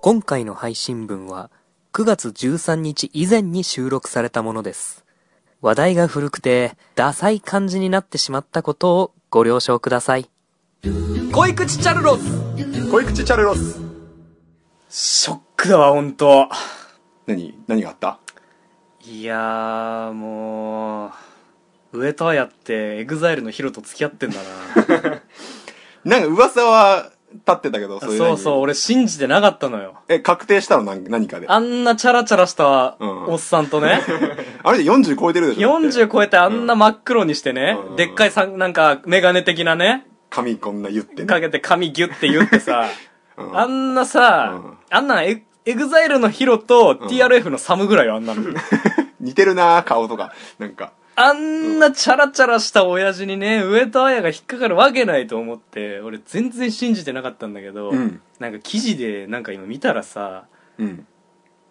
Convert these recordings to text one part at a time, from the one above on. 今回の配信分は9月13日以前に収録されたものです。話題が古くて、ダサい感じになってしまったことをご了承ください。恋口チャルロス恋口チャルロスショックだわ本当何何があったいやーもう上戸彩ってエグザイルのヒロと付き合ってんだななんか噂は立ってたけど、あそれ そうそう俺信じてなかったのよえ、確定したの何何かで。ああんなチャラチャラしたうんおっさんと ね、れで40超えてるでしょだって40超えてあんな真っ黒にしてね、うんでっかいさんなんかメガネ的なね髪こんな言ってね。かけて髪ギュって言ってさ、んあんなうさ、んあんなのエエグザイルのヒロと TRF のサムぐらいよあんなの似てるな顔とか。なんか。あんなチャラチャラした親父にね、上戸彩が引っかかるわけないと思って、俺全然信じてなかったんだけど、うんなんか記事でなんか今見たらさ、うん。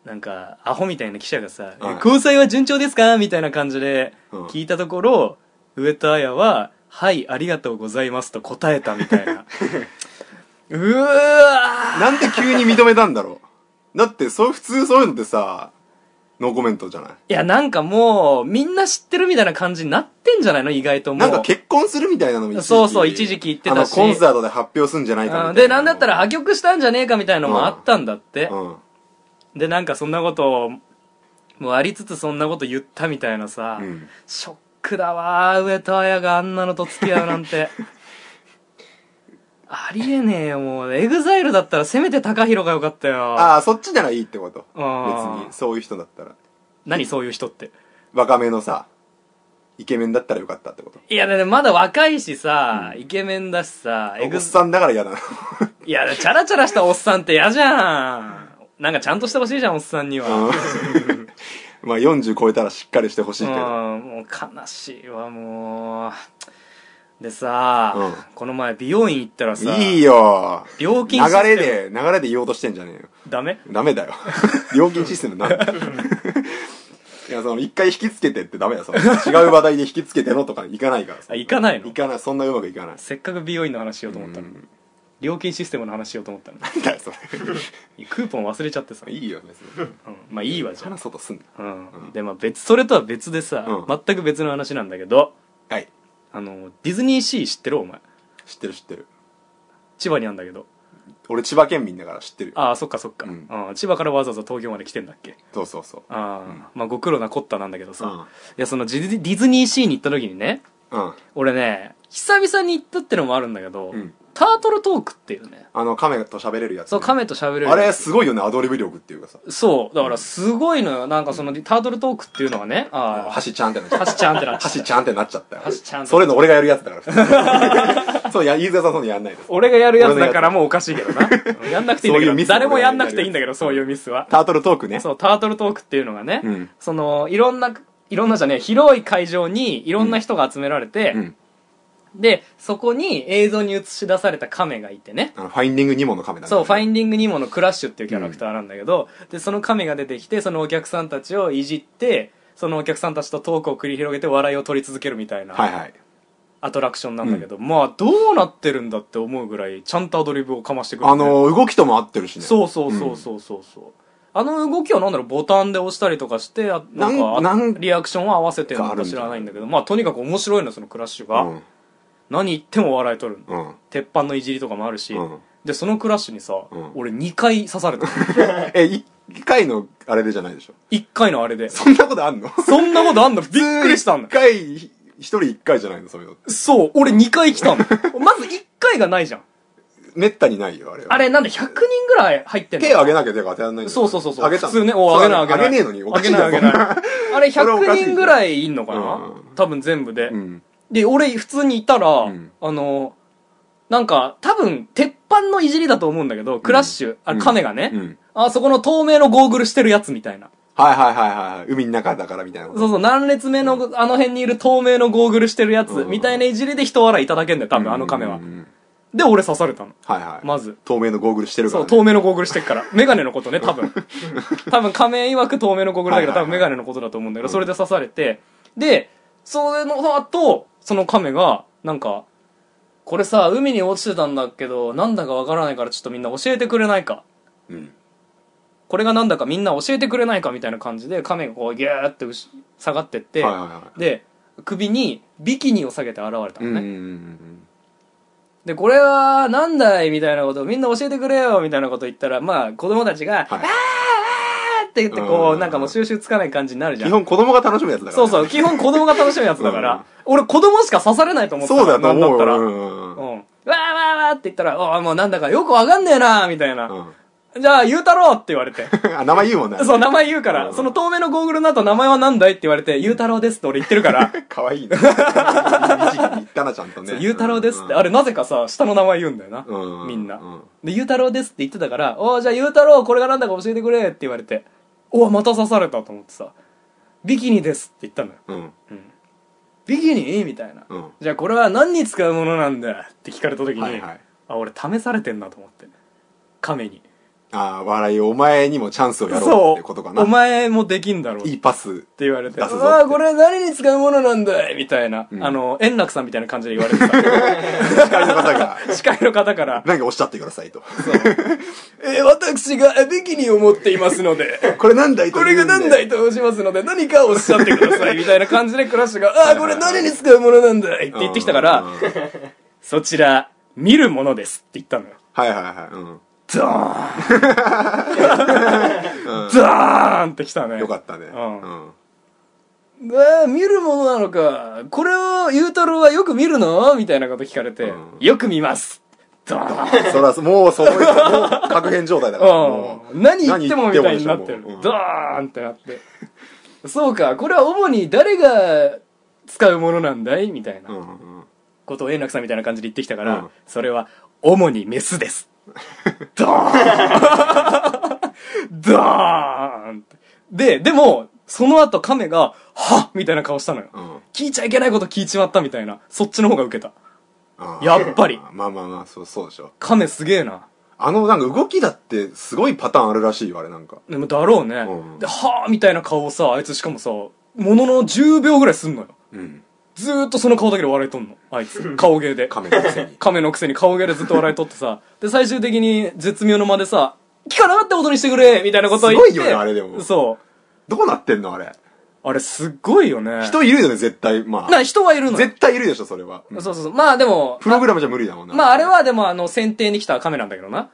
なんかアホみたいな記者がさ、うんえ交際は順調ですかみたいな感じでうん聞いたところ、上戸彩は、はい、ありがとうございますと答えたみたい な。うーわなんで急に認めたんだろう。だって、そう、普通そういうのってさ、ノーコメントじゃないいや、なんかもう、みんな知ってるみたいな感じになってんじゃないの意外ともなう。んか結婚するみたいなのも一時期そうそう一時期言ってたしあの、コンサートで発表すんじゃないかみたいなうん。で、なんだったら破局したんじゃねえかみたいのもあったんだって。うん。でなんかそんなことをもうありつつそんなこと言ったみたいなさ、うん。ショックだわー上戸彩があんなのと付き合うなん てありえねえよもうエグザイルだったらせめて高弘がよかったよああ、そっちならいいってこと。うん別に、そういう人だったら。何そういう人って若めのさ、イケメンだったらよかったってこと。いやだってまだ若いしさ、イケメンだしさエおグっさんだから嫌だな。いやチャラチャラしたおっさんって嫌じゃんなんかちゃんとしてほしいじゃんおっさんには、 まあ40超えたらしっかりしてほしいけど。うんもう悲しいわもうでさ、うんこの前美容院行ったらさいいよ。料流金システムれで、流れで言おうとしてんじゃねえよ。ダメダメだ よ。料金システムなんだよいや、その、一回引きつけてってダメだよ。その違う話題で引きつけてのとかいかないから。あ行かないの行かない。そんなうまくいかない。せっかく美容院の話しようと思ったのに、料金システムの話しようと 思ったのなんだよ、そ にクーポン忘れちゃってさ、れ。いいよ、別に。うんまあいいわじゃん話そうとすんな。うん、でまあ別それとは別でさ、うん全く別の話なんだけどはい。あのディズニーシー知ってるお前知ってる知ってる。千葉にあんだけど俺、千葉県民だから知ってるよ。ああそっかそっか、ううんん千葉からわざわざ東京まで来てんだっけそうそうそう。ああ、まあご苦労なこったなんだけどさ、うんいやそのジディディズニーシーに行った時にねうん。俺ね久々に行ったってのもあるんだけど、うんタートルトークっていうねあの、亀と喋れるやつ。そう亀と喋れるあれ、すごいよね、アドリブ力っていうかさ。そうだからすごいのよなんかそのタートルトークっていうのはねあ箸ちゃんってなっちゃあったはしちゃんってな っはちゃったしちゃんってなっちゃったよ。はしちゃんってそれの俺がやるやつだから、 普通そう、いや、飯沢さんそんなのやんないです。俺がやるやつだからもうおかしいけどなうん やんなくていいんだそういうけミどス誰もやんなくていいんだけどそういうミスはタートルトークね。そうタートルトークっていうのがね、うんそのいろんないろんなじゃねえ広い会場にいろんな人が集められて、うん。でそこに映像に映し出された亀がいてねあの、ファインディングニモのカメラそう、ファインンディングニモのクラッシュっていうキャラクターなんだけど、で、その亀が出てきて、そのお客さんたちをいじって、そのお客さんたちとトークを繰り広げて笑いを取り続けるみたいはいなはい。アトラクションなんだけど、まあ、どうなってるんだって思うぐらい、ちゃんとアドリブをかましてくる、ね。あの、動きとも合ってるしね。そうそうそうそうそうそう。あの動きはなんだろうボタンで押したりとかして、あなんか、なんなんリアクションを合わせてるのがあるかみたい知ならないんだけど、まあ、とにかく面白いの、そのクラッシュが。うん。何言っても笑い取るの。うん。鉄板のいじりとかもあるし、うんで、そのクラッシュにさ、うん俺2回刺されたの。え、い一回のあれでじゃないでしょ。一回のあれで。そんなことあんのそんなことあんのびっくりした一んだ。回、一人一回じゃないの、そういうのって。そう、俺2回来 たの。まず1回がないじゃん。めったにないよ、あれは。あれなんで100人ぐらい入ってんの手上げなきゃ手が当てらんないんだよそうそうそうそう。上げたの普通ね、おそ上うげない上げない。上げねえのに、おかしい上げない上げい。ない。あ れそれおかしい100人ぐらいいんのかなう多分全部でう。ん。で、俺普通にいたらん、あの、なんか、多分、鉄板のいじりだと思うんだけど、クラッシュ、あれ、亀がうねん、あ、そこの透明のゴーグルしてるやつみたいな。はいはいはいはい。海の中だからみたいなこと。そうそう、何列目の、あの辺にいる透明のゴーグルしてるやつ、うんみたいないじりで人笑いいただけんだよ、多分、あの亀はうんう。んうんで、俺刺されたの。はいはい。まず。透明のゴーグルしてるかそら、う、ね。透明のゴーグルしてっから。メガネのことね、多分。多分、亀曰く透明のゴーグルだけど、はい多はいはい分メガネのことだと思うんだけど、それで刺されて、で、それの後、その亀が、なんか、これさ、海に落ちてたんだけど、なんだかわからないからちょっとみんな教えてくれないか。うん。これがなんだかみんな教えてくれないかみたいな感じで亀がこうギューってうし下がってって、はいはいはいで首にビキニを下げて現れうたのんね、うんうんでこれはなんだいみたいなことをみんな教えてくれよみたいなこと言ったらまあ子供たちはいが「あーあー」って言ってこううんなんかもう収集つかない感じになるじゃ基ん本子供が楽しむやつだからそうねそう基本子供が楽しむやつだから、うん俺子供しか刺されないと思ってたそうだと思うなんだったら、よううんんうんうんわーわーわーって言ったら、ああ、もうなんだかよくわかんねえなみたいな。うんじゃあ、言うたろうって言われ て。あ名前言うもんねそう、名前言うかうら、んその透明のゴーグルの後、名前はなんだいって言われて、ゆうたろうですって俺言ってるから、かわいいね一時期言ったなちゃんとねそうゆうたろうですって、あれれなぜかさ、下の名前言うんだよな。みんなう。で、ゆうたろうですって言ってたから、おーじゃあゆうたろうこれがなんだか教えてくれって言われて、おーまた刺されたと思ってさ、ビキニですって言ったのよ。うんビキニみたいな。うんじゃあこれは何に使うものなんだって聞かれた時に、はいはいあ、俺試されてんなと思って。亀に。ああ笑いお前にもチャンスをやろうってことかなお前もできんだろうっていいパスって言われて「出すぞってああこれ何に使うものなんだい」みたいな、うんあの円楽さんみたいな感じで言われ て司会の方がた司会の方から何かおっしゃってくださいと「そうえー私がビキニを持っています のでこれなんだいと これが何だいと申しますので何かおっしゃってくだ さい」みたいな感じでクラッシュが「ああこれ何に使うものなんだい」って言ってきたからうんうんうん「そちら見るものです」って言ったのよはいはいはいうんドー ンドーンってきたねよかったねうんうんえー見るものなのか。これを、ゆうたろうはよく見るのみたいなこと聞かれて、うんよく見ます。ドーン。そらもうそういうもう確変状態だからもうん。何言ってもみ何た言いってもでにしょなってる。もううんドーンってなって。そうか、これは主に誰が使うものなんだいみたいなううんうんうんことを円楽さんみたいな感じで言ってきたから、うんそれは、主にメス です。ドーンドーンってで、でも、その後亀が、はっみたいな顔したのよ。うん聞いちゃいけないこと聞いちまったみたいなそっちの方がウケたあーやっぱりまあまあまあそうそうでしょ亀すげえなあのなんか動きだってすごいパターンあるらしいよあれなんかでもだろうね、うんではあみたいな顔をさあいつしかもさものの10秒ぐらいすんのようんずーっとその顔だけで笑いとんのあいつ顔芸で亀のくせに 亀のくせに顔芸でずっと笑いとってさで最終的に絶妙の間でさ聞かなかったことにしてくれみたいなことを言ってすごいよねあれでもそうどうなってんのあれあれすっごいよね人いるよね絶対まなあ人はいるのよ絶対いるでしょそれはうんそうそうそうまあでもプログラムじゃ無理だもんなまああれはでもあの選定に来た亀なんだけどな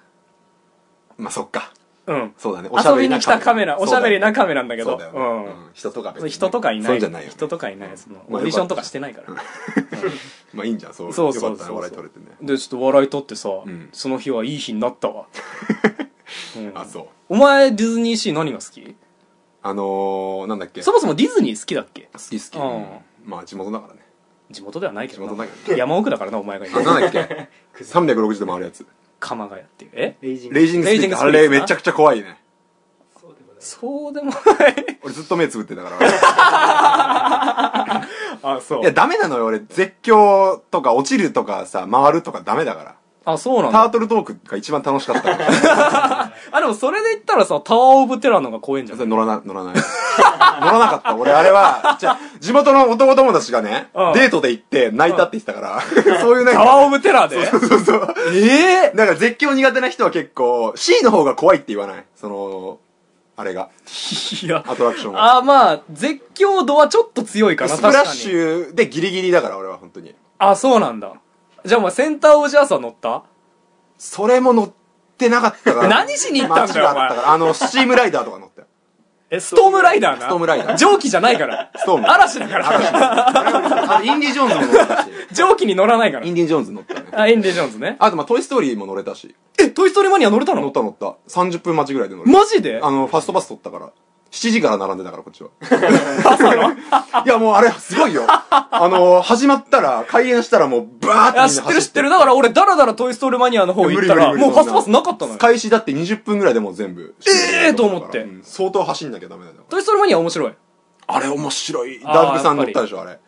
まあそっかうんそうだね遊びに来たカメラおしゃべりなくカメラなんだけそどうだようねんうん人とか別にね人とかいないそうじゃないよね人とかいないそのまオあーディションとかしてないからまあいいんじゃんそうそうそうそうよかったね笑い取れてねでちょっと笑い取ってさんその日はいい日になった わうんあそうお前ディズニーシー何が好きあのーなんだっけそ好もそもディズニー好きだっけき好きうんうんまあ地元だからね地元ではないけどな地元だけど山奥だからなお前があ今なんだっけ 360度回るやつ鎌ヶ谷っていうえレイジング レイジングスレピイジリンッツグスピあリッツなれめちゃくちゃ怖いねそうでございますそう でもない俺ずっと目つぶって たからいあそやダメなのよ俺絶叫とか落ちるとかさ回るとかダメだからあそうなんターだトルトークが一番楽しかったから あでもそれで言ったらさタワーオブテラーの方が怖いんじゃそなれ乗らいな乗らない 乗らなかった俺あれはじゃあ地元の男友達がねうんデートで行って泣いたって言ってたから そういうなんタかワーオブテラーでそうそう ええだから絶叫苦手な人は結構 C の方が怖いって言わないそのあれがいやアトラクションがあーまあ絶叫度はちょっと強いかなスプラッ確かシにュでギリギリだから俺は本当にあそうなんだじゃあお前センターオージャーサー乗ったそれも乗ってなかったから 何しに行ったんだよ街があったからあのスチームライダーとか乗ったよえストームライダーなストームライダー蒸気じゃないからストーム嵐だからあとインディ・ジョーンズも乗ったし蒸気に乗らないからインディ・ジョーンズ乗ったねあエンディ・ジョーンズねあとまあ「トイ・ストーリー」も乗れたしえトイ・ストーリーマニア乗れた乗っのた乗った30分待ちぐらいで乗れたマジであのファストパス取ったから7時から並んでたからこ っちはいやもうあれすごいよあの始まってたら開演したらもうバーってみんなあ走知ってる知ってるだから俺ダラダラトイ・ストーリーマニアの方行ったら無理無理無理もうファストパスなかったのよ開始だって20分ぐらいでもう全部えーと思ってうん相当走んなきゃダメなんだよトイ・ストーリーマニア面白いあれ面白いあーダークさん乗ったでしょあれ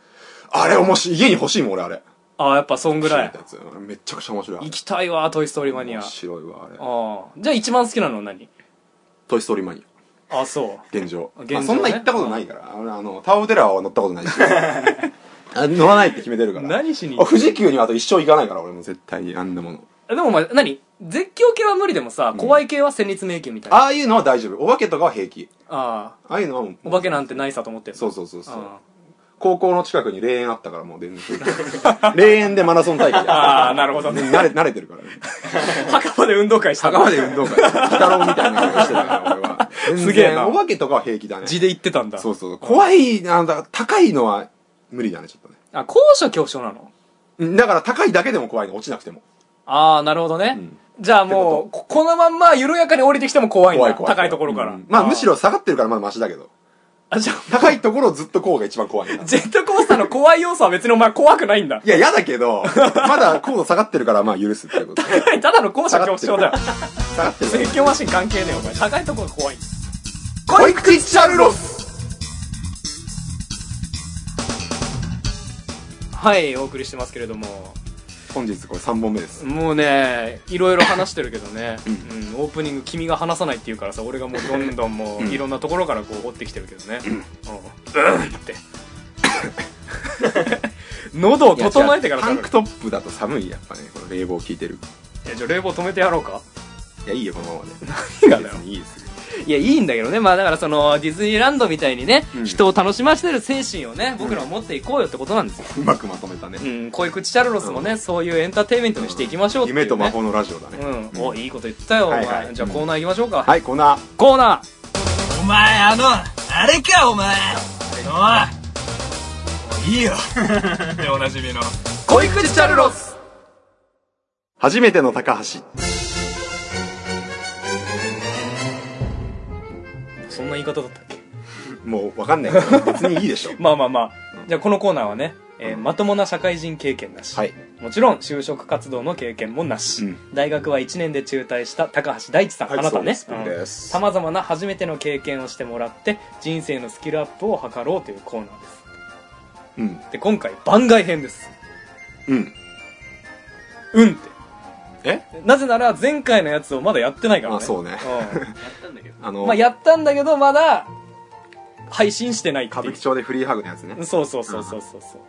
あれ面白い家に欲しいもん俺あれあーやっぱそんぐらい欲しいやつめっちゃくちゃ面白いあれ行きたいわトイ・ストーリーマニアあ面白いわあれあーじゃあ一番好きなのは何トイ・ストーリーマニアあそう現状現状ねまあ、そんな行ったことないからあのあのタワーオブテラーは乗ったこと ないしあ乗らないって決めてるから何しにあ富士急にはあと一生行かないから俺も絶対にあんなものでもお前何絶叫系は無理でもさ、怖い系は戦慄迷宮みたいな。あああいうのは大丈夫お化けとかは平気あああいうのはもうー、お化けなんてないさと思ってんのそうそうそうそうあ高校の近くに霊園あったからもう全然 霊園でマラソン大会ーあやー、なるほどってね。慣れ慣れてるからね墓場で運動会した墓の。場で運動会鬼太郎みたいなことしてたから俺はすげえな全然お化けとかは平気だね地で行ってたんだ。そうそう怖いなんだ高いのは無理だねちょっとねあ、高所恐怖症なのうんだから高いだけでも怖いの落ちなくてもああ、なるほどね。うんじゃあもうこ、このまんま緩やかに降りてきても怖いんだ。怖い怖い高いところから。うんまあむしろ。ろ下がってるからまだマシだけどあ、じゃあ、高いところをずっとこうが一番怖いないジェットコースターの怖い要素は別にお前怖くない んだ。や嫌だけ どまだ高度下がってるからまあ許すってこと下ただの高所恐怖症だよ。がってるから絶叫マシン関係ねえよ、お前。 高いところが怖いんだ。恋口チャルロスはい、お送りしてますけれども。本日これ3本目ですもうね、いろいろ話してるけどね、うん、オープニング君が話さないって言うからさ、俺がもうどんどんもういろんなところからこう追ってきてるけどね。うん。うんって。 喉を整えてからいや違うタンク食べるトップだと寒いやっぱねこの冷房効いてるいやじゃあ冷房止めてやろうか。いやいいよこのままで何がだよ別にいいですよいや、いいんだけどね。まあだからその、ディズニーランドみたいにね、うん人を楽しませてる精神をね、僕らは持っていこうよってことなんですよ。うまくまとめたねうん、こういう口チャルロスもね、そういうエンターテインメントにしていきましょうっていう、ね。夢と魔法のラジオだねうん、お、いいこと言ったよ、お前。はいはいじゃあコーナー行きましょうか。はいコーナーコーナーお前あのあれかお前おいもういいよ でおなじみの恋口チャルロス初めての高橋そんな言い方だったっけもうわ かんないけど別にいいでしょまあまあまあ、じゃあこのコーナーはね、えーまともな社会人経験なし、はいもちろん就職活動の経験もなし、うん大学は1年で中退した高橋大地さん、はいあなたねそうですさまざまな初めての経験をしてもらって人生のスキルアップを図ろうというコーナーですうんで今回番外編ですうんうんってえなぜなら前回のやつをまだやってないからねあそうね あうのんまあやったんだけどまだ配信してないってい歌う舞伎町でフリーハグのやつねそうそうそうそうそうそう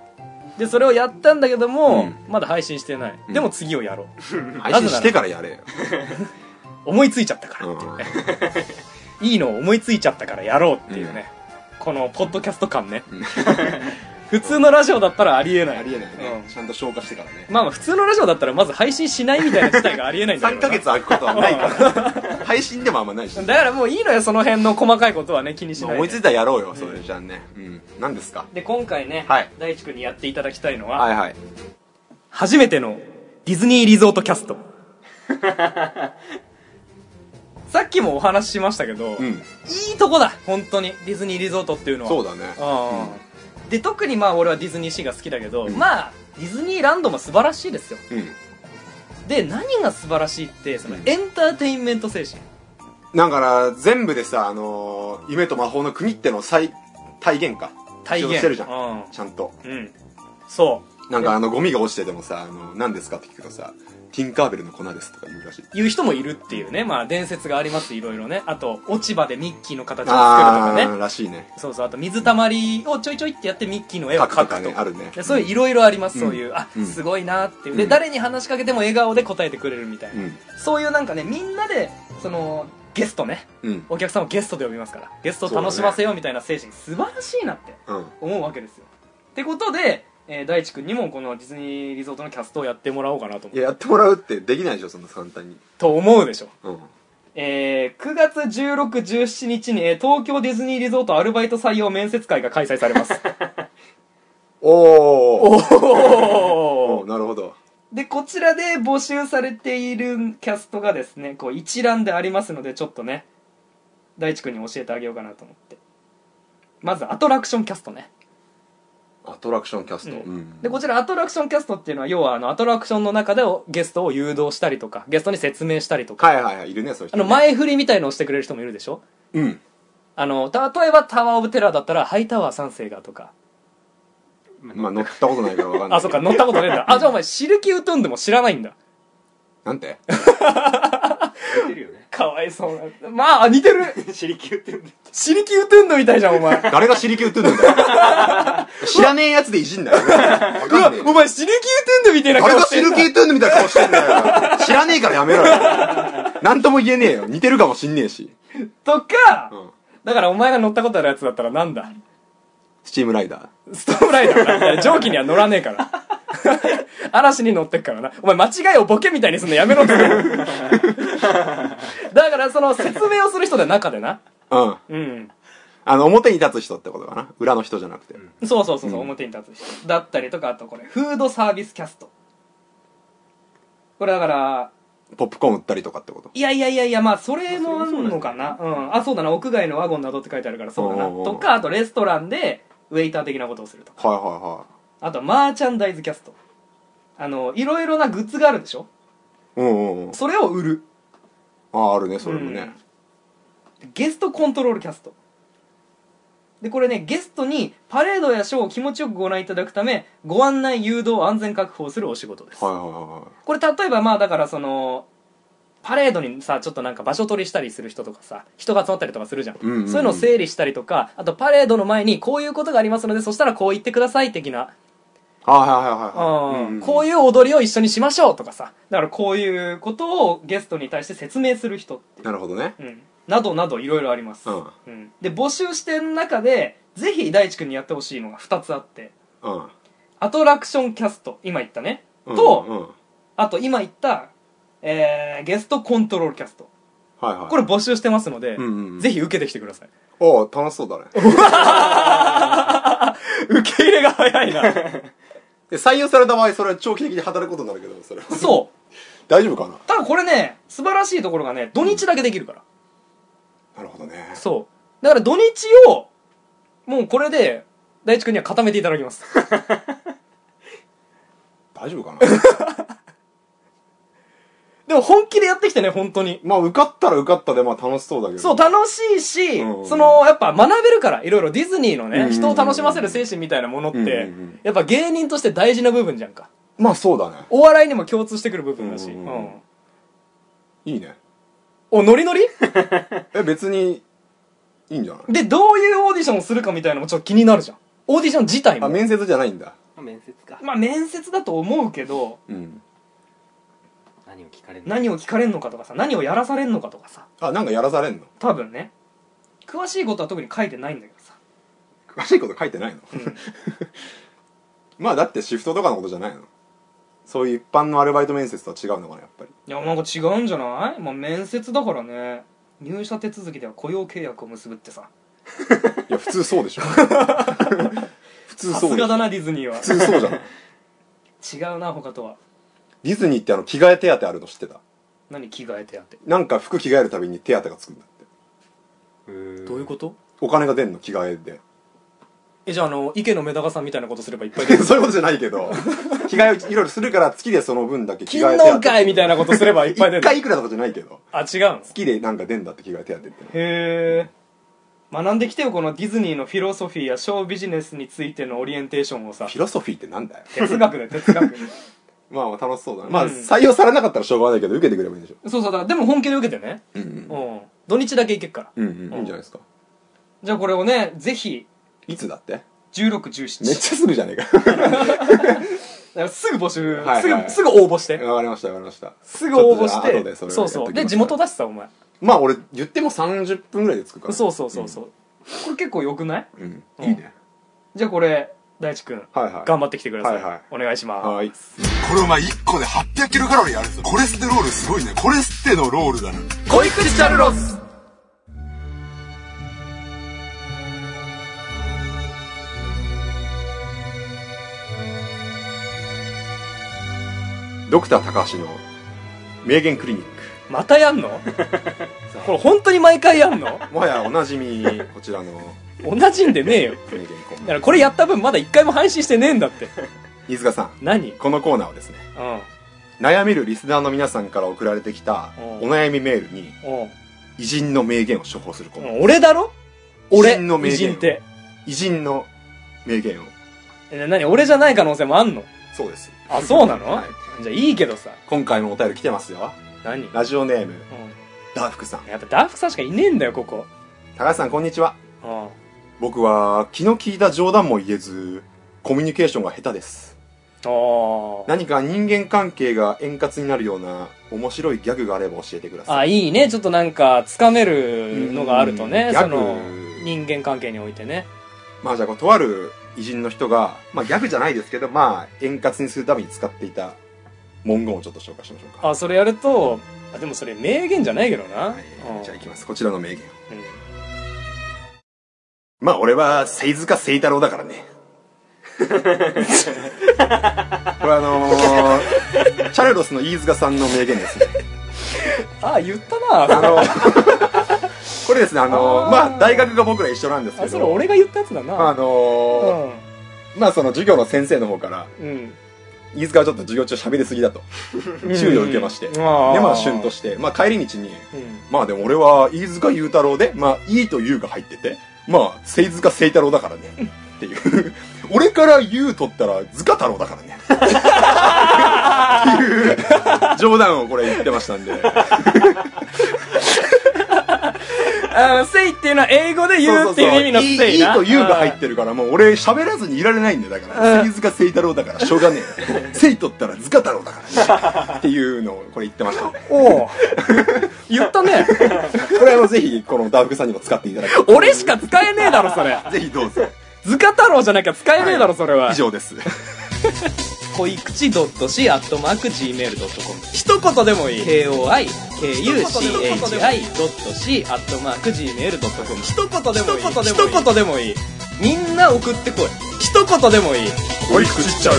でそれをやったんだけどうも、んまだ配信してない、うんでも次をやろう配信してからやれよ思いついちゃったから、う いいのを思いついちゃったからやろうっていうね、このポッドキャスト感ね、ん 普通のラジオだったらありえないんありえないねうんちゃんと消化してからねまあまあ普通のラジオだったらまず配信しないみたいな事態がありえないんだけ3どヶな月空くことはない から配信でもあんまないしだからもういいのよその辺の細かいことはね気にしないで思いついたらやろうよそれじゃあねうん何ですかで今回ね、はい大地君にやっていただきたいのは、はいはい初めてのディズニーリゾートキャ ストさっきもお話ししましたけど、ういんいとこだ本当にディズニーリゾートっていうのはそうだだねああ、で特にまあ俺はディズニーシーが好きだけど、まあディズニーランドも素晴らしいですようんで何が素晴らしいってそのうんエンターテインメント精神、だから全部でさ、あのー夢と魔法の国ってのを再体現か体しよう現としてるじゃん、うんちゃんとうんそうなんかあのゴミが落ちててもさ「あの何ですか?」って聞くとさ「ティンカーベルの粉です」とか言うらしいいう人もいるっていうねまあ伝説がありますいろいろねあと落ち葉でミッキーの形を作るとあかあねーらしいねそうそうあと水たまりをちょいちょいってやってミッキーの絵を描くと描くとかねあるねでそういういろいろあります、うんそういうあ、うんすごいなっていうで、うん誰に話しかけても笑顔で答えてくれるみたいうな、んそういうなんかねみんなでそのゲストねうんお客さんをゲストで呼びますからゲストを楽しませようみたいな精神、素晴らしいなってうん思うわけですよってことで、えー大地君にもこのディズニーリゾートのキャストをやってもらおうかなといややってもらうってできないでしょそんな簡単にと思うでしょうんえー、9月16、17日に、えー東京ディズニーリゾートアルバイト採用面接会が開催されます。おー おおーなるほどで、こちらで募集されているキャストがですね、こう一覧でありますので、ちょっとね、大地君に教えてあげようかなと思って。まず、アトラクションキャストね。アトラクションキャスト、ううんで、こちらアトラクションキャストっていうのは、要はあの、アトラクションの中でおゲストを誘導したりとか、ゲストに説明したりとか、はいはいはいいるねそういう人あねの、前振りみたいのをしてくれる人もいるでしょうんあの、例えばタワーオブテラーだったら、ハイタワー3世がとか、まあ乗ったことないからわかんないあ、そっか、乗ったことねえんだ。あ、じゃあお前、シルキュートゥーンでも知らないんだ。なんて言ってるよねかわいそうな。まあ、似てるシリキューって言うんだシリキウトゥンドみたいじゃん、お前。誰がシリキューって言 うんだよ。知らねえやつでいじんなよ。わうかわんねえ、お。前シリキウトゥンドみたいな誰顔がしシてルるキートゥーンヌみたいな顔してんだよ。知らねえからやめろよ。なんとも言えねえよ。似てるかもしんねえし。とか、んだからお前が乗ったことあるやつだったらなんだスチームライダー。ストームライダーだ。だから蒸気には乗らねえから。 嵐に乗ってっからな。お前間違いをボケみたいにすんのやめろって。 だからその説明をする人で中でな。うん。うん。あの、表に立つ人ってことかな。裏の人じゃなくて。そうそうそうそう、表に立つ人だったりとかあとこれフードサービスキャストこれだからポップコーン売ったりとかってこと。いやいやいやいやまあそれもあんのかなうんあそうだな屋外のワゴンなどって書いてあるからそうだなおうおうおうとかあとレストランでウェイター的なことをするとかはいはあとはマーチャンダイズキャストあのいろいろなグッズがあるでしょいはい。うんうんうん。それを売るああ、あるね、それもね。ゲストコントロールキャストでこれねゲストにパレードやショーを気持ちよくご覧いただくためご案内誘導安全確保をするお仕事ですはいはいはこれ例えばまあだからそのパレードにさちょっとなんか場所取りしたりする人とかさ人が集まったりとかするじゃん,、うんうんうんそういうのを整理したりとかあとパレードの前にこういうことがありますのでそしたらこう言ってください的な、い。ああ、はいはいはいはい。うんこういう。いう踊りを一緒にしましょうとかさだからこういうことをゲストに対して説明する人っていうなるほどね。うん、などなどいろいろあります、うんうんで募集してる中でぜひ大地君にやってほしいのが2つあってうん。アトラクションキャスト今言ったね、うんと、うん。あと今言った、えー、ゲストコントロールキャスト。はいはい。これ、募集してますので、うんうんうんぜひ受けてきてください。おあ、楽しそうだね。受け入れが早 いな。で、採用された場合、それは長期的に働くことになるけど、それは。そう。大丈夫かなただこれね、素晴らしいところがね、土日だけできるから。なるほどね。そう。だから土日を、もうこれで、大地君には固めていただき ます。大丈夫かなでも本気でやってきてね、本当に。まあ、受かったら受かったで、まあ楽しそうだけど。そう、楽しいし、うんその、やっぱ学べるから、いろいろディズニーのね、うんうんうん人を楽しませる精神みたいなものって、うんうんうんやっぱ芸人として大事な部分じゃんか。まあそうだね。お笑いにも共通してくる部分だし。ううんんうんうんいいね。お、ノリノリ え、別に、いいんじゃないで、どういうオーディションをするかみたいなのもちょっと気になるじゃん。オーディション自体あ、も。面接じゃないんだ。面接かまあ、面接だと思うけど、うん。何を聞かれるの何を聞かれんのかとかさ、何をやらされんのかとかさ、あ、なんかやらされんの多分ね、詳しいことは特に書いてないんだけどさ。詳しいこと書いてないの、 まあだってシフトとかのことじゃないのそういう一般のアルバイト面接とは違うのかなやっぱりいや、なんか違うんじゃないまあ、面接だからね、入社手続きでは雇用契約を結ぶってさ。いや普通そうで しょ普通さそすうでがしょだな、ディズニーは。普通そうじゃない違うな、他とは。ディズニーってあの着替え手当あるの知ってた何着替えてやって。なんか服着替えるたびに手当がつくんだってどういうことお金が出んの着替えで え、じゃあ、あの、池のメダカさんみたいなことすればいっぱい出る。そういうことじゃないけど着替えをいろいろするから月でその分だけ着替金え手当納会みたいなことすればいっぱい出一る。回いくらとかじゃないけどあ、違うん月でなんか出んだって着替え手当ってへえ学んできてよこのディズニーのフィロソフィーやショービジネスについてのオリエンテーションをさフィロソフィーってなんだよ哲学で哲学まあまあ楽しそうだねまあうん採用されなかったらしょうがないけど受けてくればいいでしょそうそうだでも本気で受けてねうんうんうん土日だけ行けっからうんうん、いいんじゃないですかじゃあこれをねぜひいつだってめっ1617ちゃすぐじゃねえかだからすぐ募集、はいはいはいすぐすぐ応募して わかりましたわかりましたすぐ応募しちょてっとじゃあ後でそれをそうやそっとうきますで地元だしさお前まあ俺言っても30分ぐらいで着くからそうそうそうそう、これ結構よくないうん、うんいいねじゃあこれ大地君、はいはい頑張ってきてください、はいはいお願いします、はいこれお前1個で800キロカロリーあるぞコレステロールすごいねコレステのロールだなドクター高橋の名言クリニックまた やんのこれ本当に毎回やんのもはやおなじみこちらの同じんでねえよ名言コーだナかーらこれやった分まだ一回も配信してねえんだって飯塚さん何うんこのコーナーはですね悩めるリスナーの皆さんから送られてきたうんお悩みメールにうん偉人の名言を処方するコーナー俺だろ俺偉人の名言偉人って偉人の名言をえな何俺じゃない可能性もあんのそうですあそうなの、はいじゃあいいけどさ今回もお便り来てますよ何うんラジオネームダーフクさんやっぱダーフさんしかいねえんだよここ高橋さんこんにちはうん僕は気の利いた冗談も言えずコミュニケーションが下手ですあ何か人間関係が円滑になるような面白いギャグがあれば教えてくだあさいあいいねちょっとなんかつかめるのがあるとうねんギャそグの人間関係においてねまあじゃあこうとある偉人の人が、まあ、ギャグじゃないですけどまあ円滑にするために使っていた文言をちょっと紹介しましょうかあそれやるとあでもそれ名言じゃないけどな、はうんい、じゃあいきますこちらの名言うんまあ俺は清塚清太郎だからねこれあのー チャルロスの飯塚さんの名言ですねあ言ったあなの これですねあのあーまあ大学が僕ら一緒なんですけあそれど俺が言ったやつだなあのーまあその授業の先生の方からうん、うん、飯塚はちょっと授業中喋りすぎだと注意を受けまして、うんであーまあ旬として、まあ、帰り道にうんまあでも俺は飯塚裕太郎でまあ「いい」と「うが入っててまあ清塚清太郎だからねっていう俺から「う取ったら塚太郎だからねっていう冗談をこれ言ってましたんであーセイっていうのは英語で言うっていう意味のそうそうそうセいいイいいなと言うが入ってるからもう俺喋らずにいられないんだよだからうん杉塚清太郎だからしょうがねえ清取ったら塚太郎だからねっていうのをこれ言ってましたねおう言ったねこれはぜひこのダークさんにも使っていただき俺しか使えねえだろそれぜひどうぞ塚太郎じゃなきゃ使えねえだろそれは、以上ですこいくち .c アットマーク Gmail.com 一言でもいい KOIKUCHI.c アットマーク Gmail.com 一言でもいい一言でもいいみんな送ってこい一言でもいいおいくちっちゃう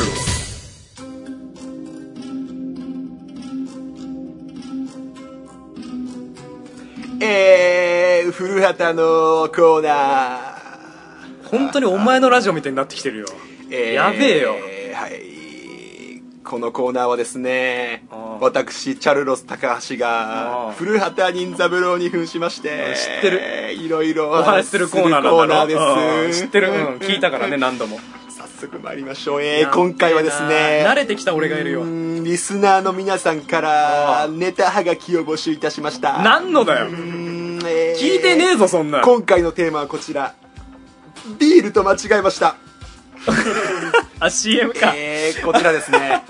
えー、古畑のコーナー本当にお前のラジオみたいになってきてるよえーやべえよはいこのコーナーはですねあー私チャルロス高橋があー古畑任三郎に扮しまして知ってるいろいろお話しするコーナーなんだろコナーですうん知ってる、うん、聞いたからね何度も早速参りましょうえー今回はですね慣れてきた俺がいるようーんリスナーの皆さんからあーネタはがきを募集いたしました何のだようーんえー聞いてねえぞそんなん今回のテーマはこちらビールと間違えましたあ CM かえー、こちらです ね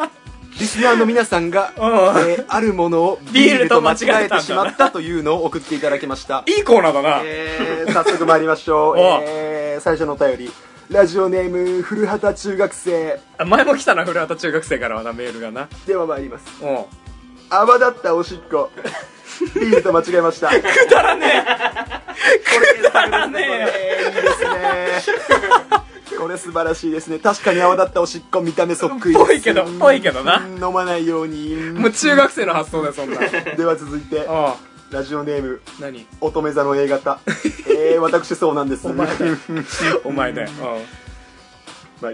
リスナーの皆さんが、えんーあるものを ビビーールルとと間間違違ええたんだなてしまったというのを送っていただきました、いいコーナーだな、えー、早速参りましょう、 おうえー、最初のお便りラジオネーム古畑中学生あ前も来たな古畑中学生からはなメールがなでは参りますうん泡だったおしっこビールと間違えましたくだらねえこれくだらねえいいですねこれ素晴らしいですね確かに泡だったおしっこ見た目そっくりですぽいけどぽいけどなうん飲まないようにもう中学生の発想だよそん なんでは続いてああラジオネーム何乙女座の A 型えー、私そうなんですお 前だよ参お前だよ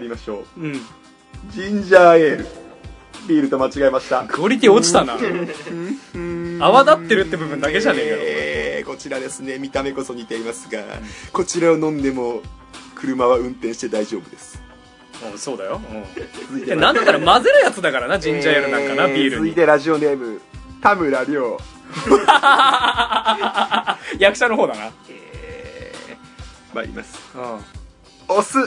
りましょううん、うん、ジンジャーエールビールと間違えましたクオリティ落ちたな泡立ってるって部分だけじゃねええー、こちらですね見た目こそ似ていますが、こちらを飲んでも車は運転して大丈夫ですかよ、うん、そうだよ、う続いん、なんだったら混ぜるやつだからなジンジャーエールなんかな、えービール続いにてラジオネーム田村亮役者の方だな参りますうんお酢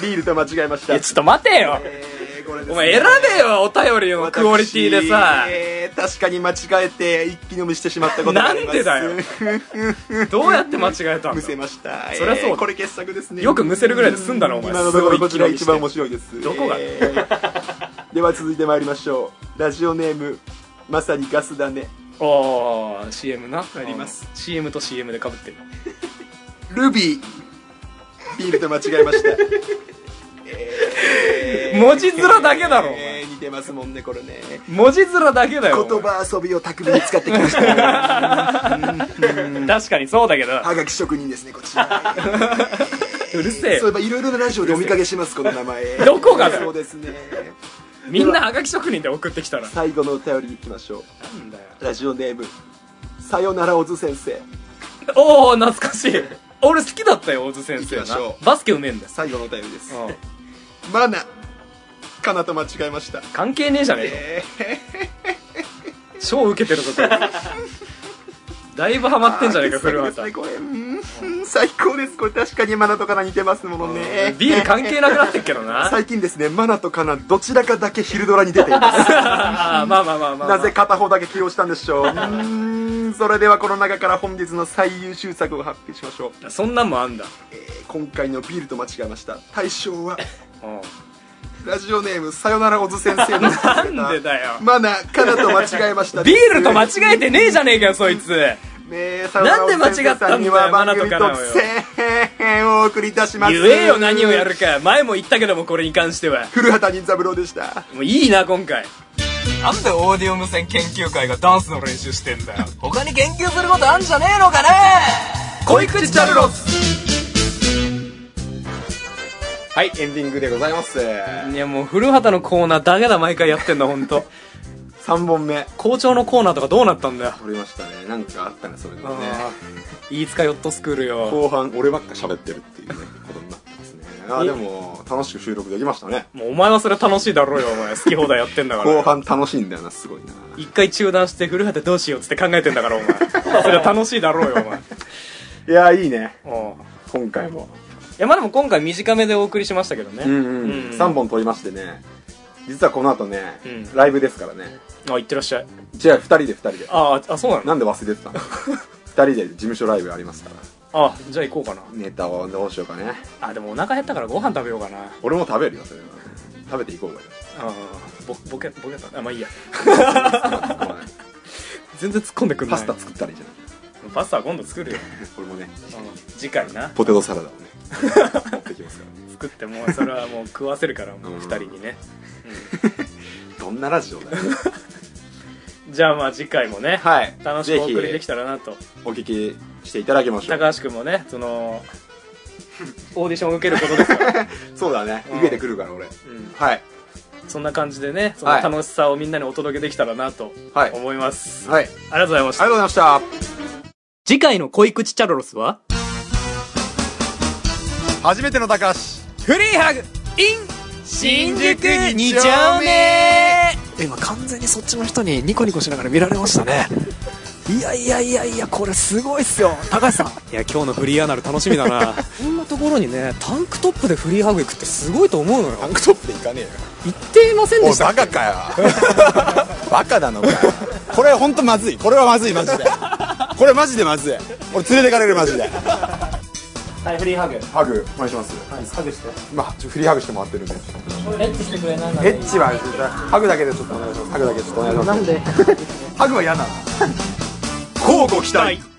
ビールと間違えましいたやちょっと待てよえーこれですねお前選べよお便りのクオリティでさ私えー確かに間違えて一気飲みしてしまったことがありますなんでどうやって間違えたんむだせましたそりゃそうだえーこれ傑作ですねよくむせるぐらいで済んだなお前今のところこちら一番面白いですどこがえーでは続いてまいりましょうラジオネームまさにガスだねああ CM なあります、うん CM と CM でかぶってるルビービールと間違えま した文字面だけだろお前えー似てますもんねこれね 文字面だけだ言よお前葉遊びを巧みに使ってきましたね 確かにそうだけどはがき職人ですねこちらうるせえそういえよばいろいろなラジオでお見かけしますこの名前どこがだよそうですねみんなはがき職人で送ってきたら最後のお便りいきましょなんだようラジオネームさよなら小津先生おお懐かしい俺好きだったよ大津先生行きましょなバスケうめえんだよ最後のお便りですうんマナかなと間違えました関係ねえじゃねえか超ウケてるぞこれ だいぶハマってんじゃねえか古畑最高ですねこれうんうん最高ですこれ確かにマナとカナ似てますものねビール関係なくなってっけどな最近ですねマナとカナどちらかだけ昼ドラに出てい ますあー まあまあまあまあ、まあ、なぜ片方だけ起用したんでしょううーんそれではこの中から本日の最優秀作を発表しましょう、そんなんもあんだえー今回のビールと間違えました対象はうんラジオネームさよなら小津先生のなんでだよマナカナと間違えましたビールと間違えてねえじゃねえかよそいつねえさよなら小津先生さんにはなん番で間違組ったんだよマナと特カナをよ選をお送りいたします言えよ何をやるか前も言ったけどもこれに関しては古畑任三郎でしたもういいな今回なんでオーディオ無線研究会がダンスの練習してんだよ。他に研究することあんじゃねえのかね恋口チャルロスはいエンディングでございますいやもう古畑のコーナーだけだ毎回やってんだ本当。 3本目校長のコーナーとかどうなったんだよ取りましたねなんかあったねそれでもねあー飯塚ヨットスクールよ後半俺ばっか喋ってるっていうねことになってますねあーでも楽しく収録できましたねもうお前はそれ楽しいだろうよお前好き放題やってんだから後半楽しいんだよなすごいな一回中断して古畑どうしようっつって考えてんだからお前それは楽しいだろうよいやーいいねお 前うん今回もいやまあでも今回短めでお送りしましたけどね、うんううんん、うん3本撮りましてね実はこの後ね、うんライブですからねあいってらっしゃい違う2人で2人であーあそうなのなんで忘れてたの2人で事務所ライブありますからあじゃあ行こうかなネタをどうしようかねあでもお腹減ったからご飯食べようかなうん俺も食べるよそれは食べていこうかぼボケボケたあまあいいやな 全然突っ込んでくんなパいスタ作ったらいいじゃないパスタは今度作るよ俺もね次回なポテトサラダを ね持ってきますからね作ってもうそれはもう食わせるからもううん2人にねどんなラジオだ よじゃあまあ次回もね、はい楽しくお送りできたらなとお聞きしていただきましょう高橋君もねそのオーディションを受けることですから、そうだねうん受けてくるから俺うん、はいそんな感じでねその楽しさをみんなにお届けできたらなとはいはいあり思います、がとうありがとうございましたございました次回の恋口チャロロスは初めての高橋フリーハグ in 新宿2丁目今完全にそっちの人にニコニコしながら見られましたねいやいやいやいやこれすごいっすよ高橋さんいや今日のフリーアナル楽しみだなこんなところにねタンクトップでフリーハグ行くってすごいと思うのよタンクトップでいかねえよ言ってませ んおでいしたバカかよバカなのかよこれは本当まずいこれはまずいマジでこれマジでまずい俺連れてかれるマジではいフリーハグハグお願いしますハグしてまあちょフリーハグしてもらってるんでエッチしてくれないなエッチは絶対ハグだけでち ょっとお願いしますハグだけちょっとお願いしますなんでハグは嫌なの交互期待